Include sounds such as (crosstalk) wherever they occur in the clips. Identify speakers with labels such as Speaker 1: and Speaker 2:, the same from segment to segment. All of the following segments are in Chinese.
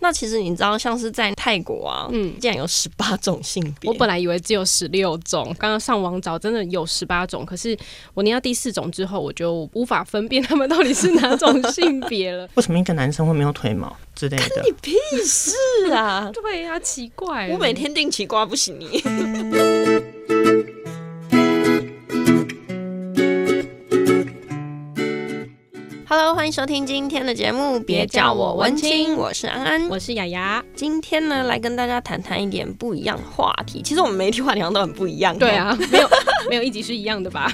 Speaker 1: 那其实你知道，像是在泰国啊，
Speaker 2: 嗯
Speaker 1: 竟然有十八种性别。
Speaker 2: 我本来以为只有十六种，刚刚上网找，真的有十八种。可是我念到第四种之后，我就无法分辨他们到底是哪种性别了。
Speaker 1: (laughs)
Speaker 3: 为什么一个男生会没有腿毛之类的？
Speaker 1: 屁事啊！
Speaker 2: 对呀、奇怪了，
Speaker 1: 我每天定期刮，不行你。Hello，欢迎收听今天的节目，别叫我文青，我是安安。
Speaker 2: 我是雅雅，
Speaker 1: 今天呢，来跟大家谈谈一点不一样的话题。其实我们每一题话题好像都很不一样。哦
Speaker 2: 对。啊，没有没有一集是一样的
Speaker 1: (laughs)
Speaker 2: 吧？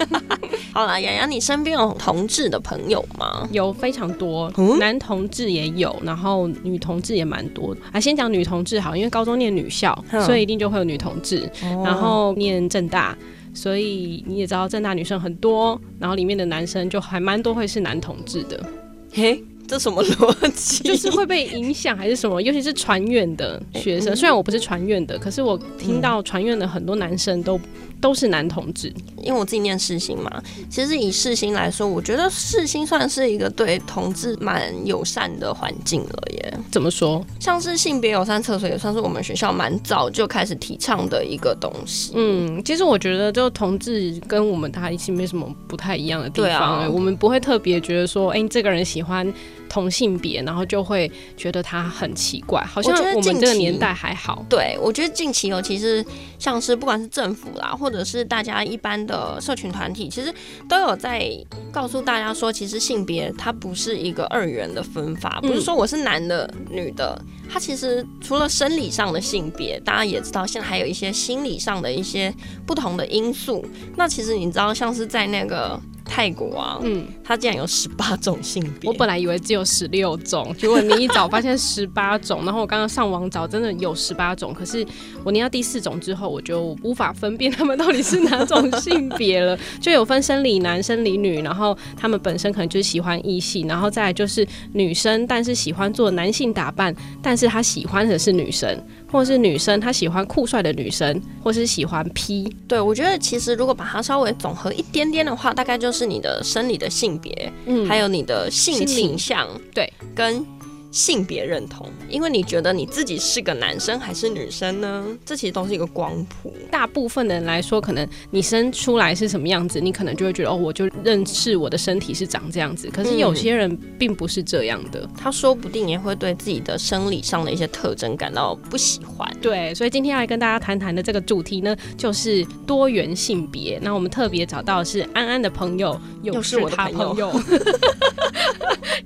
Speaker 1: 好啦，洋洋，你身边有同志的朋友吗？
Speaker 2: 有非常多
Speaker 1: 嗯，
Speaker 2: 男同志也有，然后女同志也蛮多的啊。先讲女同志好，因为高中念女校，
Speaker 1: 嗯哦
Speaker 2: 所以一定就会有女同志。然后念正大，所以你也知道正大女生很多，然后里面的男生就还蛮多会是男同志的，
Speaker 1: 嘿，这什么逻辑？
Speaker 2: 就是会被影响还是什么？尤其是传院的学
Speaker 1: 哦
Speaker 2: 生，虽然我不是传院的，可是我
Speaker 1: 嗯
Speaker 2: 听到传院的很多男生都都是男同志，
Speaker 1: 因为我自己念世新嘛，其实以世新来说，我觉得世新算是一个对同志蛮友善的环境了耶。
Speaker 2: 怎么说？
Speaker 1: 像是性别友善厕所，也算是我们学校蛮早就开始提倡的一个东西。
Speaker 2: 嗯，其实我觉得就同志跟我们大家一起没什么不太一样的地
Speaker 1: 对
Speaker 2: 方、
Speaker 1: 啊
Speaker 2: 欸我们不会特别觉得说，哎、这个人喜欢同性别，然后就会觉得他很奇怪，好像
Speaker 1: 我觉得
Speaker 2: 我们
Speaker 1: 近
Speaker 2: 这个
Speaker 1: 期
Speaker 2: 年代还好。
Speaker 1: 对，我觉得近期尤其是像是不管是政府啦，或者是大家一般的社群团体，其实都有在告诉大家说，其实性别它不是一个二元的分法，
Speaker 2: 嗯
Speaker 1: 不是说我是男的、女的，它其实除了生理上的性别，大家也知道，现在还有一些心理上的一些不同的因素。那其实你知道，像是在那个泰国啊，
Speaker 2: 嗯，
Speaker 1: 它竟然有十八种性别，
Speaker 2: 我本来以为只有十六种，结果你一找发现十八种，然后我刚刚上网找，真的有十八种。可是我念到第四种之后，我就无法分辨他们到底是哪种性别了，就有分生理男、生理女，然后他们本身可能就是喜欢异性，然后再来就是女生，但是喜欢做男性打扮，但是她喜欢的是女生，或是女生她喜欢酷帅的女生，或是喜欢 P。
Speaker 1: 对，我觉得其实如果把它稍微总合一点点的话，大概就是你的生理的性别，
Speaker 2: 嗯
Speaker 1: 还有你的性
Speaker 2: 心理
Speaker 1: 倾向，
Speaker 2: 对，
Speaker 1: 跟性别认同，因为你觉得你自己是个男生还是女生呢？这其实都是一个光谱。
Speaker 2: 大部分的人来说，可能你生出来是什么样子，你可能就会觉得哦，我就认识我的身体是长这样子。可是
Speaker 1: 嗯
Speaker 2: 有些人并不是这样的，
Speaker 1: 他说不定也会对自己的生理上的一些特征感到不喜欢。
Speaker 2: 对。所以今天要来跟大家谈谈的这个主题呢，就是多元性别。那我们特别找到的是安安的朋友，又
Speaker 1: 又是我的
Speaker 2: 他
Speaker 1: 朋
Speaker 2: 朋友。 (laughs)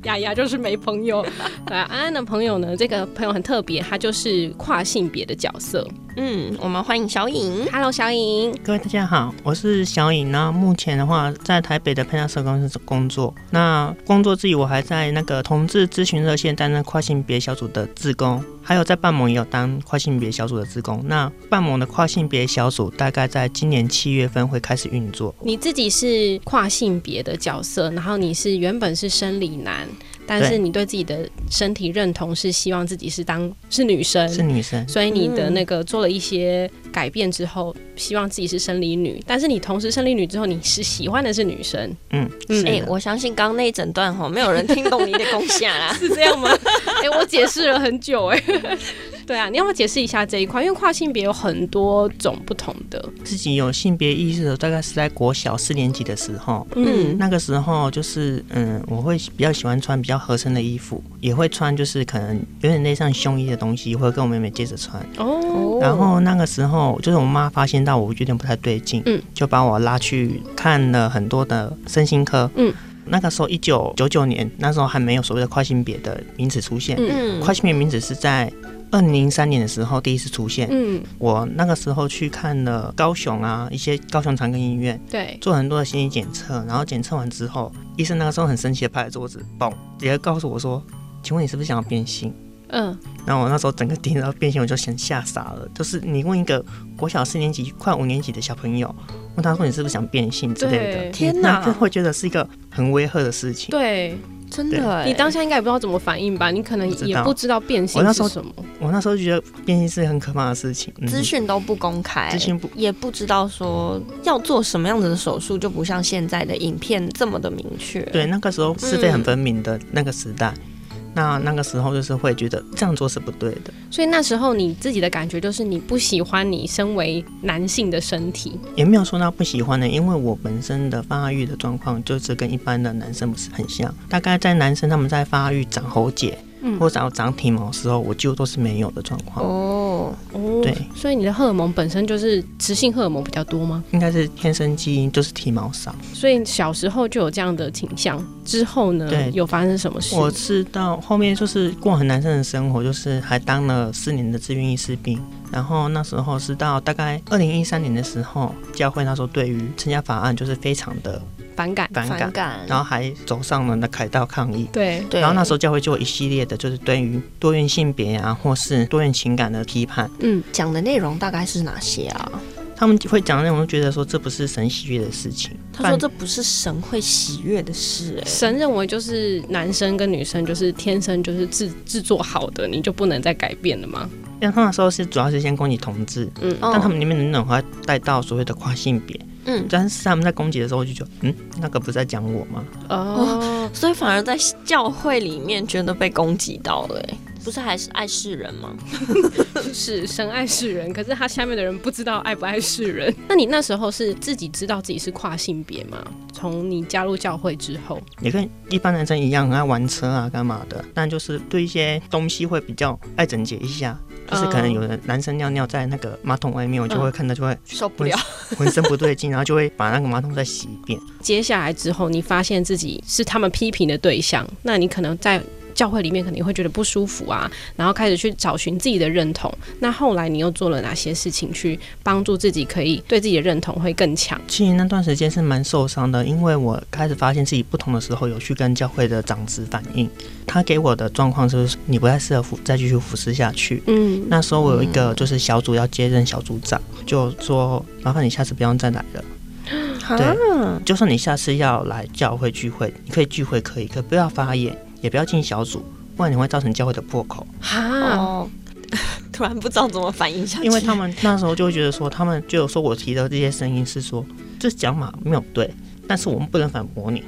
Speaker 2: 雅雅就是没朋友，对啊，安安的朋友呢？这个朋友很特别，他就是跨性别的角色。
Speaker 1: 嗯，我们欢迎小颖。
Speaker 2: Hello，小颖，
Speaker 3: 各位大家好，我是小颖。那目前的话，在台北的配搭社公司工作。那工作之余，我还在那个同志咨询热线担任跨性别小组的志工，还有在半盟也有当跨性别小组的志工。那半盟的跨性别小组大概在今年七月份会开始运作。
Speaker 2: 你自己是跨性别的角色，然后你是原本是生理男，但是
Speaker 3: 对
Speaker 2: 你对自己的身体认同是希望自己是当是女生，
Speaker 3: 是女生，
Speaker 2: 所以你的
Speaker 1: 嗯
Speaker 2: 那个做了一些改变之后，希望自己是生理女，但是你同时生理女之后，你是喜欢的是女生，
Speaker 3: (laughs) 嗯，
Speaker 2: 嗯
Speaker 3: 是
Speaker 1: 哎、
Speaker 3: 的
Speaker 1: 我相信刚刚那一整段哈，没有人听懂你的啊功下 (laughs) 啦。
Speaker 2: 是这样吗？哎、我解释了很久
Speaker 3: (laughs)
Speaker 2: 哎、对啊，你要不要解释一下这一块？因为跨性别有很多种不同的，
Speaker 3: 自己有性别意识的，大概是在国小四年级的时候。
Speaker 1: 嗯
Speaker 3: 那个时候就是，嗯，我会比较喜欢穿比较合身的衣服，也会穿就是可能有点类似像胸衣的东西，会跟我妹妹接着穿。
Speaker 2: 哦，
Speaker 1: 嗯
Speaker 3: 然后那个时候就是我妈发现到我有点不太对劲，
Speaker 2: 嗯，
Speaker 3: 就把我拉去看了很多的身心科，
Speaker 2: 嗯，
Speaker 3: 那个时候一九九九年，那时候还没有所谓的跨性别的名词出现，
Speaker 1: 嗯
Speaker 3: 跨性别名词是在二零零三年的时候第一次出现。
Speaker 2: 嗯，
Speaker 3: 我那个时候去看了高雄啊一些高雄长庚医院，
Speaker 2: 对，
Speaker 3: 做很多的心理检测，然后检测完之后，医生那个时候很生气的拍了桌子，嘣，直接告诉我说：“请问你是不是想要变性？”
Speaker 2: 嗯，
Speaker 3: 然后我那时候整个听到变性，我就想吓傻了。就是你问一个国小四年级、快五年级的小朋友，问他说你是不是想变性之类
Speaker 2: 对
Speaker 3: 的，
Speaker 1: 天
Speaker 3: 那就
Speaker 1: 哪，
Speaker 3: 会觉得是一个很威吓的事情。
Speaker 2: 对。
Speaker 1: 真的哎、
Speaker 3: 嗯
Speaker 2: 你当下应该也不知道怎么反应吧？你可能
Speaker 3: 不知
Speaker 2: 也
Speaker 3: 道
Speaker 2: 不知道变性
Speaker 3: 我那时
Speaker 2: 是
Speaker 3: 候
Speaker 2: 什么。
Speaker 3: 我那时候就觉得变性是很可怕的事情，嗯
Speaker 1: 资讯都不公开，
Speaker 3: 资讯不
Speaker 1: 也不知道说要做什么样子的手术，就不像现在的影片这么的明确。嗯
Speaker 3: 对那个时候是非很分明的那个时代。那那个时候就是会觉得这样做是不对的，
Speaker 2: 所以那时候你自己的感觉就是你不喜欢你身为男性的身体，
Speaker 3: 也没有说到不喜欢的，因为我本身的发育的状况就是跟一般的男生不是很像，大概在男生他们在发育长喉结。
Speaker 2: 嗯
Speaker 3: 或长长体毛的时候，我几乎都是没有的状况，
Speaker 1: 哦，
Speaker 2: 哦
Speaker 3: 对，
Speaker 2: 所以你的荷尔蒙本身就是雌性荷尔蒙比较多吗？
Speaker 3: 应该是天生基因就是体毛少。
Speaker 2: 所以小时候就有这样的倾向，之后呢
Speaker 3: 对
Speaker 2: 有发生什么事？
Speaker 3: 我是到后面就是过很难受的生活，就是还当了四年的志愿医师兵，然后那时候是到大概二零一三年的时候，教会那时候对于参加法案就是非常的
Speaker 2: 反感，
Speaker 3: 反感，
Speaker 1: 反感，
Speaker 3: 然后还走上了那凯道抗议。
Speaker 2: 对，
Speaker 1: 对，
Speaker 3: 然后那时候教会就有一系列的，就是对于多元性别啊，或是多元情感的批判，
Speaker 2: 嗯，
Speaker 1: 讲的内容大概是哪些啊？
Speaker 3: 他们会讲那种，就觉得说这不是神喜悦的事情。
Speaker 1: 他说
Speaker 3: 反
Speaker 1: 这不是神会喜悦的事、哎，
Speaker 2: 神认为就是男生跟女生就是天生就是制制作好的，你就不能再改变了嘛。
Speaker 3: 因为他那时候是主要是先攻击同志，
Speaker 2: 嗯，
Speaker 1: 哦
Speaker 3: 但他们里面的内容还带到所谓的跨性别，
Speaker 1: 嗯，
Speaker 3: 但是他们在攻击的时候，我就觉得，嗯，那个不是在讲我吗？
Speaker 2: 哦，
Speaker 1: 所以反而在教会里面觉得被攻击到了、哎，不是还是爱世人吗？
Speaker 2: 是神爱世人，可是他下面的人不知道爱不爱世人。 (laughs) 那你那时候是自己知道自己是跨性别吗？从你加入教会之后，
Speaker 3: 也跟一般男生一样很爱玩车啊，干嘛的，但就是对一些东西会比较爱整洁一下，就是可能有的男生尿尿在那个马桶外面，我就
Speaker 1: 嗯
Speaker 3: 会看到就会
Speaker 1: 受不了，
Speaker 3: 浑身不对劲，然后就会把那个马桶再洗一遍。
Speaker 2: 接下来之后，你发现自己是他们批评的对象，那你可能在教会里面肯定会觉得不舒服啊，然后开始去找寻自己的认同。那后来你又做了哪些事情去帮助自己可以对自己的认同会更强？
Speaker 3: 其实那段时间是蛮受伤的，因为我开始发现自己不同的时候，有去跟教会的长子反映，他给我的状况就是你不太适合服再继续服侍下去。
Speaker 2: 嗯，
Speaker 3: 那时候我有一个就是小组要接任小组长，就说麻烦你下次不要再来了。对，就算你下次要来教会聚会，你可以聚会可以，可不要发言，也不要进小组，不然你会造成教会的破口。
Speaker 2: 哈，
Speaker 1: 哦， (laughs) 突然不知道怎么反应下去，
Speaker 3: 因为他们那时候就会觉得说，他们就有说我提的这些声音是说，这讲法没有对，但是我们不能反驳你，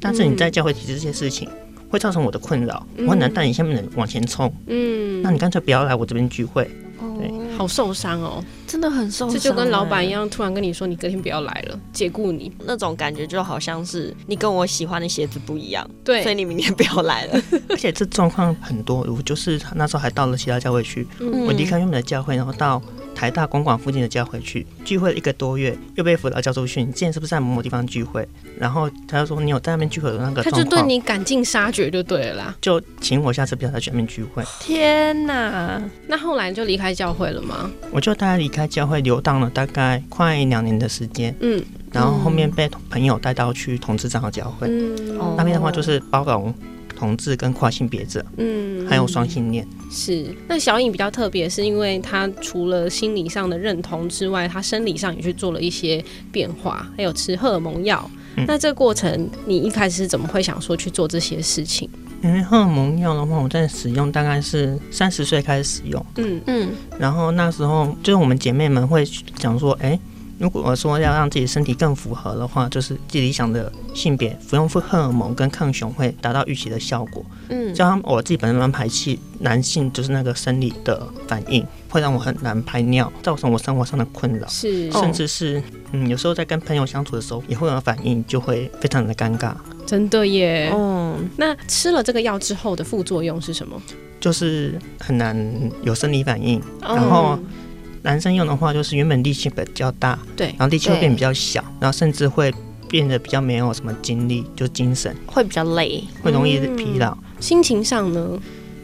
Speaker 3: 但
Speaker 2: 嗯
Speaker 3: 是你在教会提这些事情。会造成我的困扰，我很难带你下面的人往前冲。
Speaker 2: 嗯
Speaker 3: 那，你干脆不要来我这边聚会。
Speaker 1: 哦，
Speaker 2: 好受伤哦，
Speaker 1: 真的很受伤、
Speaker 2: 这就跟老板一
Speaker 1: 哎。
Speaker 2: 样，突然跟你说你隔天不要来了，解雇你。
Speaker 1: 那种感觉就好像是你跟我喜欢的鞋子不一样，所以
Speaker 2: 对，
Speaker 1: 你明天不要来
Speaker 3: (laughs)
Speaker 1: 了。
Speaker 3: 而且这状况很多，我就是那时候还到了其他教会去，
Speaker 2: 嗯
Speaker 3: 我离开原本的教会，然后到台大公馆附近的教会去聚会了一个多月，又被辅导教授训，你之前是不是在某某地方聚会？然后他就说你有在那边聚会的那个
Speaker 2: 他
Speaker 3: 状
Speaker 2: 就
Speaker 3: 况，
Speaker 2: 对你赶尽杀绝就对了啦。
Speaker 3: 就请我下次不要再去那边聚会。
Speaker 1: 天哪！
Speaker 2: 那后来就离开教会了吗？
Speaker 3: 我就大概离开教会游荡了大概快两年的时间，
Speaker 2: 嗯
Speaker 3: 然后后面被朋友带到去同志长老教会，
Speaker 2: 嗯
Speaker 1: 哦
Speaker 3: 那边的话就是包容同志跟跨性别者，
Speaker 2: 嗯
Speaker 3: 还有双性恋。
Speaker 2: 是，那小颖比较特别，是因为她除了心理上的认同之外，她生理上也去做了一些变化，还有吃荷尔蒙药。
Speaker 3: 嗯
Speaker 2: 那这个过程，你一开始是怎么会想说去做这些事情？
Speaker 3: 因嗯为荷尔蒙药的话，我在使用大概是三十岁开始使用。
Speaker 2: 嗯
Speaker 1: 嗯，
Speaker 3: 然后那时候就是我们姐妹们会讲说，哎，如果说要让自己身体更符合的话，就是自己理想的性别，服用荷尔蒙跟抗雄会达到预期的效果。
Speaker 1: 嗯
Speaker 3: 像他们我自己本身蛮排斥男性，就是那个生理的反应，会让我很难排尿，造成我生活上的困扰。
Speaker 2: 是，
Speaker 1: 哦
Speaker 3: 甚至是，嗯，有时候在跟朋友相处的时候，也会有反应，就会非常的尴尬。
Speaker 2: 真的耶。
Speaker 1: 嗯，
Speaker 2: 那吃了这个药之后的副作用是什么？
Speaker 3: 就是很难有生理反应。
Speaker 1: 然
Speaker 3: 然后
Speaker 1: 嗯
Speaker 3: 男生用的话，就是原本力气比较大，
Speaker 2: 对
Speaker 3: 然后力气会
Speaker 1: 对
Speaker 3: 变比较小，然后甚至会变得比较没有什么精力，就精神
Speaker 1: 会比较累，
Speaker 3: 会容易
Speaker 2: 嗯
Speaker 3: 疲劳。
Speaker 2: 心情上呢？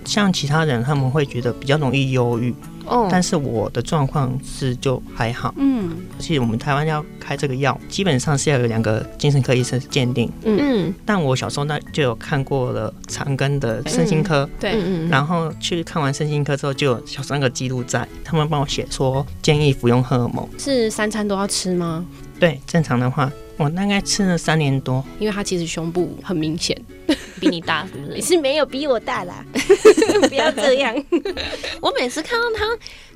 Speaker 3: 像其他人他们会觉得比较容易忧郁，
Speaker 1: 哦
Speaker 3: 但是我的状况是就还好。
Speaker 2: 嗯
Speaker 3: 其实我们台湾要开这个药，基本上是要有两个精神科医生鉴定，
Speaker 1: 嗯
Speaker 3: 但我小时候那就有看过了长庚的身心科。
Speaker 2: 对
Speaker 1: 嗯
Speaker 3: 然后去看完身心科之后，就有小时候那个记录在，他们帮我写说建议服用荷尔蒙。
Speaker 2: 是三餐都要吃吗？
Speaker 3: 对，正常的话，我大概吃了三年多，
Speaker 2: 因为他其实胸部很明显，
Speaker 1: 比你大是不是？
Speaker 2: 是没有比我大 (laughs) 啦，不要这样。
Speaker 1: (laughs) 我每次看到她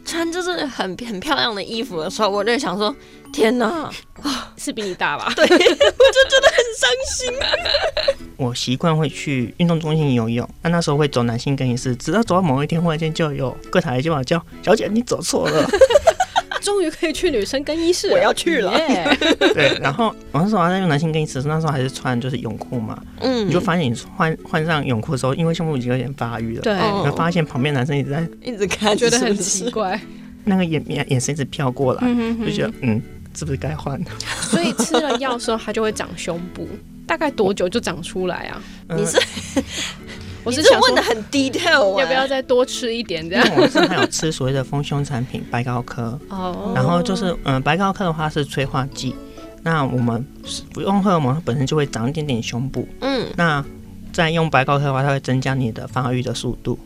Speaker 1: 穿就是很很漂亮的衣服的时候，我就想说：天哪！
Speaker 2: (laughs) 是比你大吧？
Speaker 1: 对，我就觉得很伤心。
Speaker 3: 我习惯会去运动中心游泳，那那时候会走男性更衣室，直到走到某一天，忽然间就有柜台就把我叫小姐，你走错
Speaker 2: (laughs)
Speaker 3: 了。
Speaker 2: 终于可以去女生更衣室了，
Speaker 1: 我要去了
Speaker 2: Yeah
Speaker 3: 对，然后我那时候还在用男性更衣室，那时候还是穿就是泳裤嘛，
Speaker 1: 嗯，
Speaker 3: 你就发现你换换上泳裤的时候，因为胸部已经有点发育了，
Speaker 2: 对，
Speaker 1: 哦
Speaker 3: 你会发现旁边男生一直在
Speaker 1: 一直看，
Speaker 2: 觉得
Speaker 1: 是
Speaker 2: 很
Speaker 1: 不是
Speaker 2: 奇怪。
Speaker 3: 那个眼眼眼神一直飘过来，
Speaker 2: 嗯
Speaker 3: 就觉得嗯，是不是该换？
Speaker 2: 所以吃了药之后，它就会长胸部，大概多久就长出来啊？
Speaker 3: 嗯
Speaker 1: 你是
Speaker 2: 我是
Speaker 1: 你这
Speaker 2: 想
Speaker 1: 问
Speaker 2: 说
Speaker 1: 的很 detail，哎
Speaker 2: 要不要再多吃一点这
Speaker 3: 呃因
Speaker 2: 样？
Speaker 3: 为我是还有吃所谓的丰胸产品白高科，
Speaker 2: 哦
Speaker 3: 然后就是嗯、白高科的话是催化剂，那我们是不用荷尔蒙，它本身就会长一点点胸部，
Speaker 1: 嗯，
Speaker 3: 那。再用白高科的话，它会增加你的发育的速度，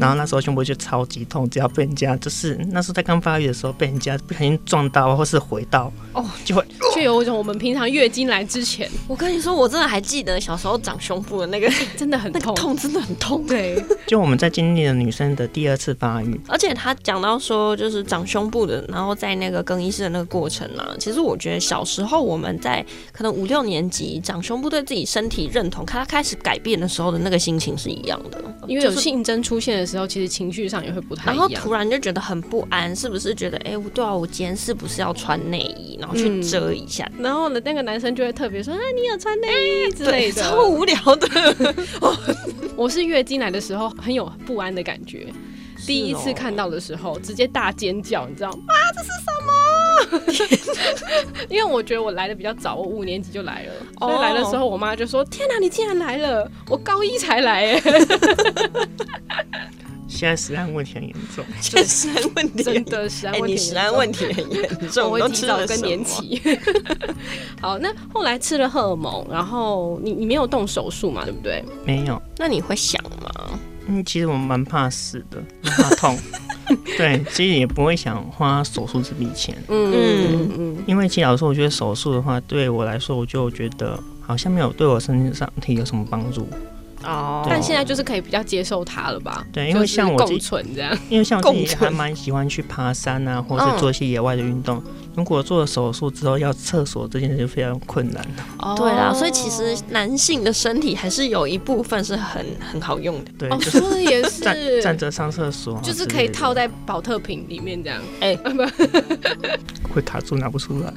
Speaker 3: 然后那时候胸部就超级痛，只要被人家就是那时候在刚发育的时候被人家不小心撞到或是回到，
Speaker 1: 哦，
Speaker 3: 就会
Speaker 2: 就有一种我们平常月经来之前
Speaker 1: 我跟你说，我真的还记得小时候长胸部的那个
Speaker 2: 真的很
Speaker 1: 那个
Speaker 2: 痛，
Speaker 1: 痛，真的很痛。
Speaker 2: 对，
Speaker 3: 就我们在经历了女生的第二次发育，
Speaker 1: 而且他讲到说，就是长胸部的，然后在那个更衣室的那个过程啊，其实我觉得小时候我们在可能五六年级长胸部对自己身体认同，看他开始改变的时候的那个心情是一样的，
Speaker 2: 因为有
Speaker 1: 就是
Speaker 2: 性征出现的时候，其实情绪上也会不太
Speaker 1: 然
Speaker 2: 一
Speaker 1: 后
Speaker 2: 样。
Speaker 1: 突然就觉得很不安，是不是觉得哎，我对啊，我今天是不是要穿内衣，然后去
Speaker 2: 嗯
Speaker 1: 遮一下？
Speaker 2: 然后呢，那个男生就会特别说：“啊，你有穿内衣之类
Speaker 1: 对，
Speaker 2: 的。
Speaker 1: 超无聊的。
Speaker 2: 我是月经来的时候很有不安的感觉，
Speaker 1: 哦
Speaker 2: 第一
Speaker 1: (laughs)
Speaker 2: 次看到的时候直接大尖叫，你知道吗？啊，这是什么？因为我觉得我来的比较早，我五年级就来了，
Speaker 1: 哦
Speaker 2: 所以来的时候我妈就说：“天啊哪、你竟然来了！我高一才来耶
Speaker 3: 现在食安问题很严重。
Speaker 1: 这食安问！”
Speaker 2: 真的是啊，
Speaker 1: 哎、
Speaker 2: 问
Speaker 1: 你
Speaker 2: 题
Speaker 1: 食安
Speaker 2: 问。
Speaker 1: 问题很严重，
Speaker 2: 我
Speaker 1: 都
Speaker 2: 会
Speaker 1: 吃
Speaker 2: 提
Speaker 1: 了
Speaker 2: 早更
Speaker 1: 什
Speaker 2: 年
Speaker 1: 么。
Speaker 2: 期。 (laughs) 好，那后来吃了荷尔蒙，然后你你没有动手术嘛，对不对？
Speaker 3: 没有，
Speaker 1: 那你会想吗？
Speaker 3: 嗯，其实我蛮怕死的，蛮怕痛。对，其实也不会想花手术这笔钱，
Speaker 1: 嗯
Speaker 2: 嗯
Speaker 3: 因为其实老实说，我觉得手术的话，对我来说，我就觉得好像没有对我身体上体有什么帮助。
Speaker 1: 哦
Speaker 2: 但现在就是可以比较接受它了吧？
Speaker 3: 对，因为像我
Speaker 2: 就是共
Speaker 3: 自己，
Speaker 2: 存这样，
Speaker 3: 因为像我自己
Speaker 1: 共
Speaker 3: 还
Speaker 1: 存
Speaker 3: 蛮喜欢去爬山啊，或
Speaker 1: 嗯
Speaker 3: 是做一些野外的运动。如果做了手术之后要厕所这件事就非常困难了。
Speaker 1: 对啦，所以其实男性的身体还是有一部分是很很好用的。
Speaker 3: 对，
Speaker 2: 哦，
Speaker 3: 就是
Speaker 2: 说的也
Speaker 3: 站站
Speaker 2: 是。
Speaker 3: 着上厕所啊之
Speaker 2: 就
Speaker 3: 类
Speaker 2: 是
Speaker 3: 的，
Speaker 2: 可以套在保特瓶里面这样，
Speaker 3: 会卡住拿不出来。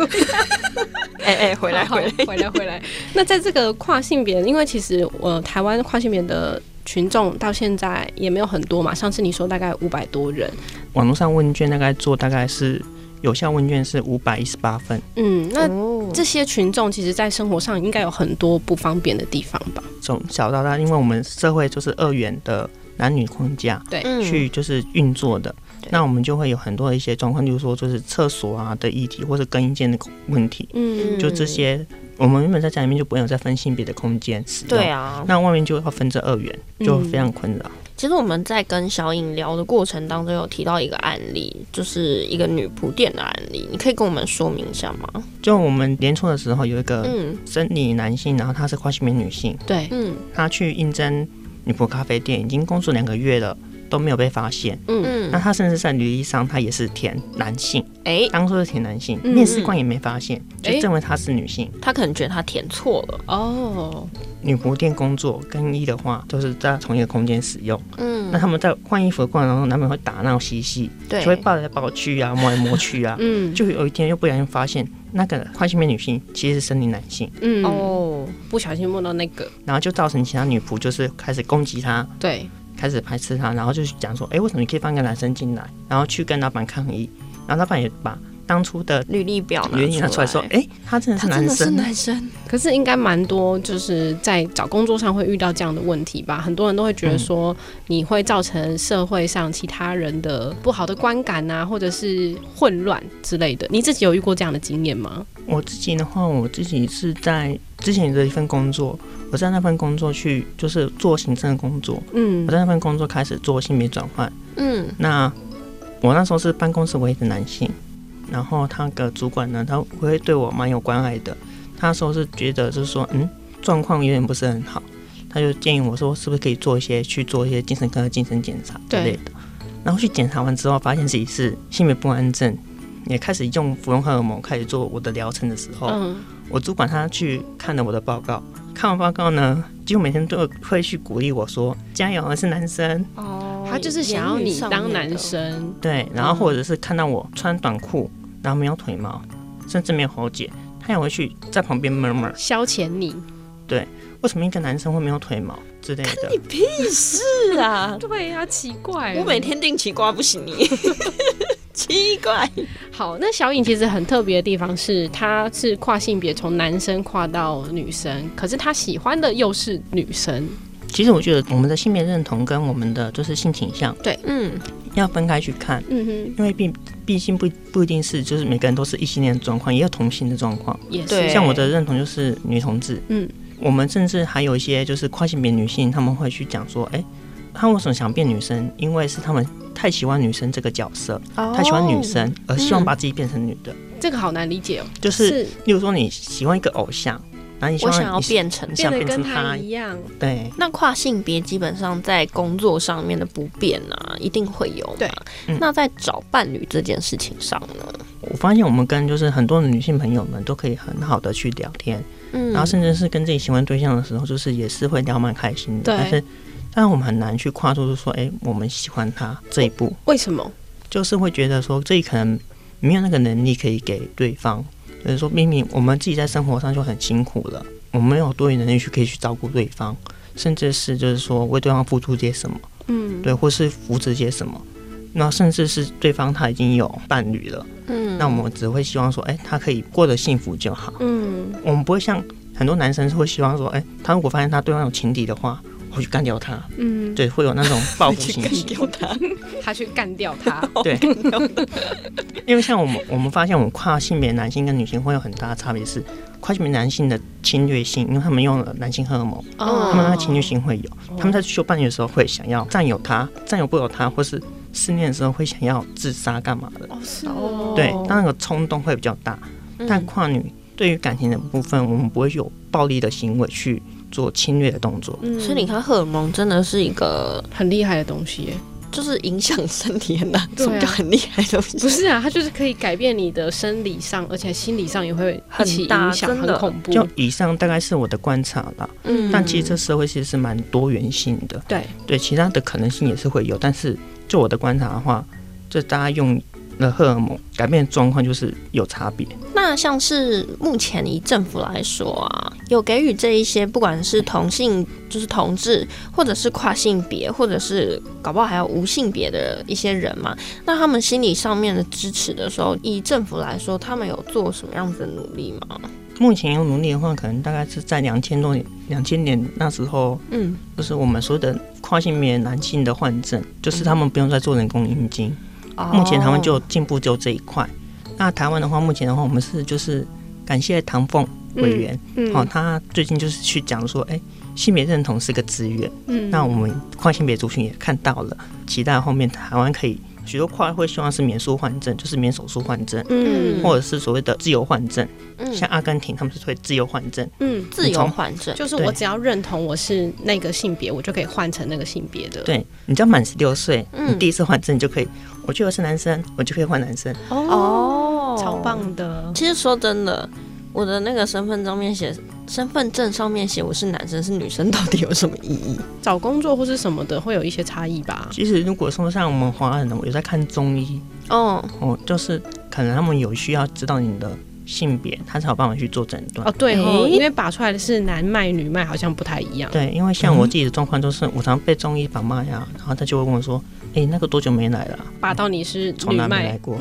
Speaker 1: 哎哎、回来
Speaker 2: 好
Speaker 1: 回来，
Speaker 2: 回来回来。那在这个跨性别，因为其实呃，台湾跨性别的群众到现在也没有很多嘛，上次你说大概五百多人，
Speaker 3: 网络上问卷大概做大概是有效问卷是五百一十八分，
Speaker 2: 嗯，那
Speaker 1: 哦
Speaker 2: 这些群众其实，在生活上应该有很多不方便的地方吧？
Speaker 3: 从小到大，因为我们社会就是二元的男女框架
Speaker 1: 嗯
Speaker 3: 去就是运作的，
Speaker 1: 对
Speaker 3: 那我们就会有很多的一些状况，例如说就是厕所啊的议题，或是更衣间的问题，
Speaker 2: 嗯
Speaker 3: 就这些，我们原本在家里面就不会有在分性别的空间使用，
Speaker 1: 对啊，嗯
Speaker 3: 那外面就要分这二元，就非常困扰。
Speaker 1: 其实我们在跟小颖聊的过程当中，有提到一个案例，就是一个女仆店的案例，你可以跟我们说明一下吗？
Speaker 3: 就我们年初的时候有一个
Speaker 1: 嗯
Speaker 3: 生理男性，然后他是跨性别女性，
Speaker 2: 对，
Speaker 1: 嗯
Speaker 3: 他去应征女仆咖啡店，已经工作两个月了，都没有被发现。
Speaker 2: 嗯
Speaker 1: 嗯
Speaker 3: 那，他甚至在履历上，他也是填男性，
Speaker 1: 哎、
Speaker 3: 当初是填男性，
Speaker 2: 嗯
Speaker 3: 面试官也没发现，就
Speaker 2: 诶
Speaker 3: 证明他是女性。
Speaker 1: 她可能觉得她填错了。
Speaker 2: 哦，
Speaker 3: 女仆店工作更衣的话，就是在同一个空间使用。
Speaker 1: 嗯
Speaker 3: 那他们在换衣服的过程当中，难免会打闹嬉戏，
Speaker 1: 对
Speaker 3: 就会抱来抱去
Speaker 1: (laughs)
Speaker 3: 啊，摸来摸去啊。
Speaker 2: 嗯
Speaker 3: 就有一天又不小心发现那个跨性别女性其实是生理男性，
Speaker 2: 嗯，哦，
Speaker 1: 哦，
Speaker 2: 不小心摸到那个，
Speaker 3: 然后就造成其他女仆就是开始攻击他，
Speaker 2: 对，
Speaker 3: 开始排斥他，然后就讲说，哎、为什么你可以放一个男生进来？然后去跟老板抗议，然后老板也把当初的
Speaker 1: 履历表
Speaker 3: 原因拿出来说，哎、他真的是
Speaker 1: 嗯他真
Speaker 3: 男
Speaker 1: 的是
Speaker 3: 生，啊
Speaker 1: 男生，
Speaker 2: 可是应该蛮多，就是在找工作上会遇到这样的问题吧？很多人都会觉得说，你会造成社会上其他人的不好的观感啊，或者是混乱之类的。你自己有遇过这样的经验吗？
Speaker 3: 我自己的话，我自己是在之前的一份工作，我在那份工作去就是做行政的工作，
Speaker 2: 嗯
Speaker 3: 我在那份工作开始做性别转换。
Speaker 1: 嗯
Speaker 3: 那我那时候是办公室唯一的男性，然后他的主管呢，他会对我蛮有关爱的。他那时候是觉得就是说，嗯，状况有点不是很好，他就建议我说，是不是可以做一些去做一些精神科的精神检查之类的。然后去检查完之后，发现自己是性别不安症，也开始哦用服用荷尔蒙开始做我的疗程的时候，
Speaker 2: 嗯，
Speaker 3: 我主管他去看了我的报告，看完报告呢，几乎每天都有会去鼓励我说加油，啊是男生。
Speaker 1: 哦
Speaker 2: 他就是想要你当男，生，
Speaker 3: 对，然后或者是看到我穿短裤，然后没有腿毛，甚至没有喉结，他也会去在旁边 murmur
Speaker 2: 消遣你。
Speaker 3: 为什么一个男生会没有腿毛之类的。
Speaker 1: 你屁事啊！
Speaker 2: 对呀、奇怪
Speaker 1: 我每天定期刮不行你， (laughs) 奇怪。
Speaker 2: 好，那小颖其实很特别的地方是，她是跨性别，从男生跨到女生，可是她喜欢的又是女生。
Speaker 3: 其实我觉得我们的性别认同跟我们的就是性倾向
Speaker 1: 嗯，
Speaker 3: 要分开去看，
Speaker 2: 嗯
Speaker 3: 因为毕毕竟不不一定是就是每个人都是异性恋的状况，也有同性的状况。
Speaker 2: 哼，也
Speaker 1: 对
Speaker 2: 是。
Speaker 3: 像我的认同就是女同志，
Speaker 2: 嗯，
Speaker 3: 我们甚至还有一些就是跨性别女性，他们会去讲说，哎、她为什么想变女生？因为是他们太喜欢女生这个角色，
Speaker 1: 哦
Speaker 3: 太喜欢女生，而希望把自己变成女的。
Speaker 1: 嗯
Speaker 2: 这个好难理解哦，
Speaker 3: 就是，例如说你喜欢一个偶像，然后你希
Speaker 1: 我
Speaker 3: 望
Speaker 1: 想要
Speaker 3: 你
Speaker 1: 变成
Speaker 3: 你
Speaker 2: 变
Speaker 3: 想
Speaker 2: 得
Speaker 3: 变
Speaker 2: 跟
Speaker 3: 成
Speaker 2: 她
Speaker 3: 他，
Speaker 2: 一样。
Speaker 3: 对，
Speaker 1: 那跨性别基本上在工作上面的不便啊，一定会有嘛。
Speaker 2: 对
Speaker 3: 嗯
Speaker 1: 那在找伴侣这件事情上呢？
Speaker 3: 我发现我们跟就是很多的女性朋友们都可以很好的去聊天，
Speaker 1: 嗯
Speaker 3: 然后甚至是跟自己喜欢对象的时候，就是也是会聊蛮开心的。
Speaker 2: 对
Speaker 3: 但是，但是我们很难去跨出，就是说，哎、我们喜欢他这一步，
Speaker 2: 为什么？
Speaker 3: 就是会觉得说自己可能没有那个能力可以给对方，就是说明明我们自己在生活上就很辛苦了，我们没有多余能力去可以去照顾对方，甚至是就是说为对方付出些什么，
Speaker 2: 嗯，
Speaker 3: 对，或是扶持些什么。那甚至是对方他已经有伴侣了，
Speaker 1: 嗯
Speaker 3: 那我们只会希望说，哎、他可以过得幸福就好。
Speaker 2: 嗯，
Speaker 3: 我们不会像很多男生是会希望说，哎、他如果发现他对方有情敌的话，我去干掉他，
Speaker 2: 嗯，
Speaker 3: 对，会有那种报复心
Speaker 1: 干
Speaker 2: (laughs)
Speaker 3: 理。
Speaker 1: 掉他，
Speaker 2: 他去干掉他。
Speaker 3: 对，因为像我们我们发现，我们跨性别男性跟女性会有很大的差别是，跨性别男性的侵略性，因为他们用了男性荷尔蒙，
Speaker 1: 哦
Speaker 3: 他们
Speaker 2: 嗯
Speaker 3: 的侵略性会有，他们在追求伴侣的时候会想要占有他，占有不了他，或是思念的时候会想要自杀干嘛的，
Speaker 2: (laughs) 哦，是
Speaker 1: 哦
Speaker 3: 对，那个冲动会比较大。
Speaker 1: 嗯
Speaker 3: 但跨女对于感情的部分，我们不会有暴力的行为去做侵略的动作。
Speaker 2: 嗯
Speaker 1: 所以你看，荷尔蒙真的是一个，
Speaker 2: 很厉害的东西耶。
Speaker 1: 就是影响身体很大，
Speaker 2: 对啊
Speaker 1: 什么叫很厉害的东西？
Speaker 2: 不是啊，它就是可以改变你的生理上，而且心理上也会一起
Speaker 1: 很大
Speaker 2: 影响，
Speaker 1: 真
Speaker 2: 很
Speaker 1: 的
Speaker 2: 恐怖。
Speaker 3: 就以上大概是我的观察啦，
Speaker 1: 嗯
Speaker 3: 但其实这社会其实是蛮多元性的，
Speaker 2: 对，
Speaker 3: 对，其他的可能性也是会有，但是就我的观察的话，就大家用了荷尔蒙改变的状况就是有差别。
Speaker 1: 那像是目前以政府来说啊，有给予这一些不管是同性，就是同志，或者是跨性别，或者是搞不好还有无性别的一些人嘛，那他们心理上面的支持的时候，以政府来说，他们有做什么样子的努力吗？
Speaker 3: 目前用努力的话，可能大概是在两千多年、两千年那时候，
Speaker 1: 嗯，
Speaker 3: 就是我们说的跨性别男性的患症，
Speaker 2: 嗯
Speaker 3: 就是他们不用再做人工阴茎。
Speaker 1: 哦
Speaker 2: 哦
Speaker 3: 目前台湾就有进步就这一块。那台湾的话，目前的话，我们是就是感谢唐凤委员，
Speaker 2: 嗯
Speaker 3: 哦，他最近就是去讲说，哎、性别认同是个资源，
Speaker 2: 嗯
Speaker 3: 那我们跨性别族群也看到了，期待后面台湾可以许多跨会希望是免术换证，就是免手术换证，
Speaker 2: 嗯
Speaker 3: 或者是所谓的自由换证，
Speaker 1: 嗯
Speaker 3: 像阿根廷他们是推自由换证，
Speaker 2: 嗯，
Speaker 1: 自由换证，
Speaker 2: 就是我
Speaker 3: 对
Speaker 2: 只要认同我是那个性别，我就可以换成那个性别的。，
Speaker 3: 对你只要满十六岁，
Speaker 1: 嗯
Speaker 3: 你第一次换证就可以，我觉得我是男生，我就可以换男生，
Speaker 2: 哦，
Speaker 1: 哦
Speaker 2: 超。棒的。
Speaker 1: 其实说真的，我的那个身份上面写，身份证上面写我是男生是女生，到底有什么意义？
Speaker 2: 找工作或是什么的会有一些差异吧。
Speaker 3: 其实如果说像我们华人呢，我有在看中医
Speaker 1: 哦，
Speaker 3: 哦，就是可能他们有需要知道你的性别，他才有办法去做诊断
Speaker 2: 哦，。对哦，
Speaker 1: 诶
Speaker 2: 因为把出来的是男脉女脉好像不太一样。
Speaker 3: 对，因为像我自己的状况，就是我常被中医把脉呀，然后他就会问我说：“哎、那个多久没来了啊、
Speaker 2: 把到你是
Speaker 3: 从
Speaker 2: 女
Speaker 3: 来没
Speaker 2: 脉
Speaker 3: 来，过。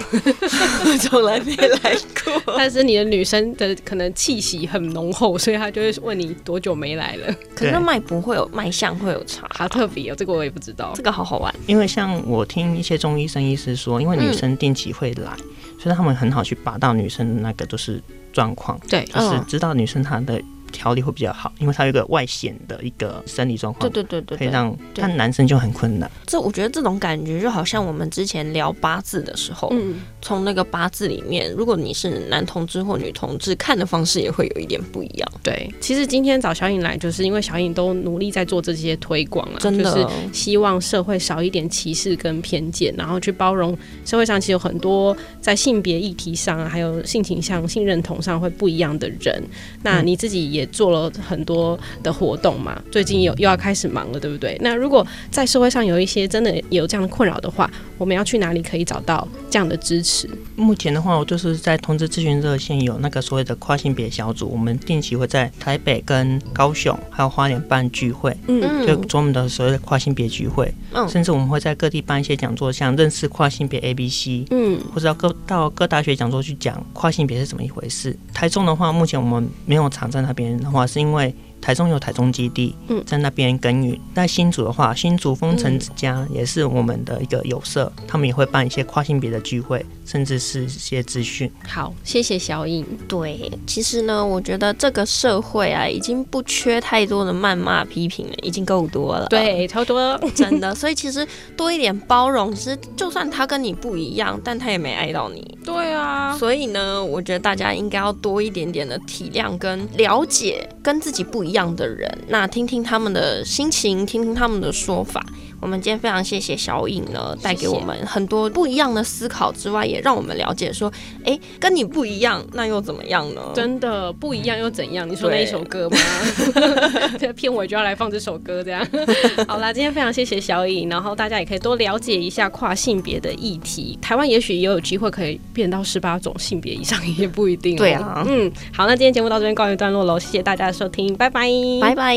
Speaker 1: 从来没来过。
Speaker 2: 但是你的女生的可能气息很浓厚，所以他就会问你多久没来了，
Speaker 1: (laughs) 可是
Speaker 3: 对
Speaker 1: 脉不会有脉象会有差，
Speaker 2: 好特别哦，这个我也不知道
Speaker 1: 这。个好好玩。
Speaker 3: 因为像我听一些中医生医师说，因为女生定期会来，
Speaker 1: 嗯
Speaker 3: 所以他们很好去把到女生的那个就是状况，
Speaker 2: 对，
Speaker 3: 就是
Speaker 1: 嗯
Speaker 3: 知道女生她的调理会比较好，因为她有一个外显的一个生理状况，
Speaker 1: 对对对对
Speaker 3: 哦可以
Speaker 1: 对，
Speaker 3: 让
Speaker 1: 对
Speaker 3: 但男生就很困难。
Speaker 1: 这我觉得这种感觉就好像我们之前聊八字的时候，
Speaker 2: 嗯，
Speaker 1: 从那个八字里面，如果你是男同志或女同志，看的方式也会有一点不一样，
Speaker 2: 对。其实今天找小颖来，就是因为小颖都努力在做这些推广了，
Speaker 1: 真的。
Speaker 2: 就是希望社会少一点歧视跟偏见，然后去包容社会上其实有很多在性别议题上啊，还有性倾向、性认同上会不一样的人。那你自己也也做了很多的活动嘛，最近有又要开始忙了，对不对？那如果在社会上有一些真的有这样的困扰的话，我们要去哪里可以找到这样的支持？
Speaker 3: 目前的话，我就是在同志咨询热线有那个所谓的跨性别小组，我们定期会在台北、跟高雄还有花莲办聚会，
Speaker 2: 嗯，
Speaker 3: 就专门的所谓的跨性别聚会，
Speaker 1: 嗯
Speaker 3: 甚至我们会在各地办一些讲座，像认识跨性别 A B C，
Speaker 2: 嗯，
Speaker 3: 或者到各到各大学讲座去讲跨性别是怎么一回事。台中的话，目前我们没有厂在那边的话，是因为台中有台中基地，
Speaker 2: 嗯
Speaker 3: 在那边耕耘。在新竹的话，新竹丰城之家也是我们的一个友社，他们也会办一些跨性别的聚会，甚至是一些资讯。
Speaker 2: 好，谢谢小颖。
Speaker 1: 对，其实呢，我觉得这个社会啊，已经不缺太多的谩骂批评了，已经够多了。 (laughs)
Speaker 2: 对，超多。
Speaker 1: 真的，所以其实多一点包容，其实就算他跟你不一样，但他也没爱到你。
Speaker 2: 对啊，
Speaker 1: 所以呢，我觉得大家应该要多一点点的体谅跟了解跟自己不一样的人，那听听他们的心情，听听他们的说法。我们今天非常谢谢小颖呢，带给我们很多不一样的思考之外，也让我们了解说，哎，跟你不一样，那又怎么样呢？
Speaker 2: 真的不一样又怎样？你说那
Speaker 1: 对
Speaker 2: 一首歌吗？ (laughs) 这片尾就要来放这首歌，这 (laughs) 样。好啦，今天非常谢谢小颖，然后大家也可以多了解一下跨性别的议题。台湾也许也有机会可以变到十八种性别以上，也不一定、
Speaker 1: 对，啊，
Speaker 2: 嗯，好，那今天节目到这边告一段落喽，谢谢大家的收听，拜拜，
Speaker 1: 拜。拜。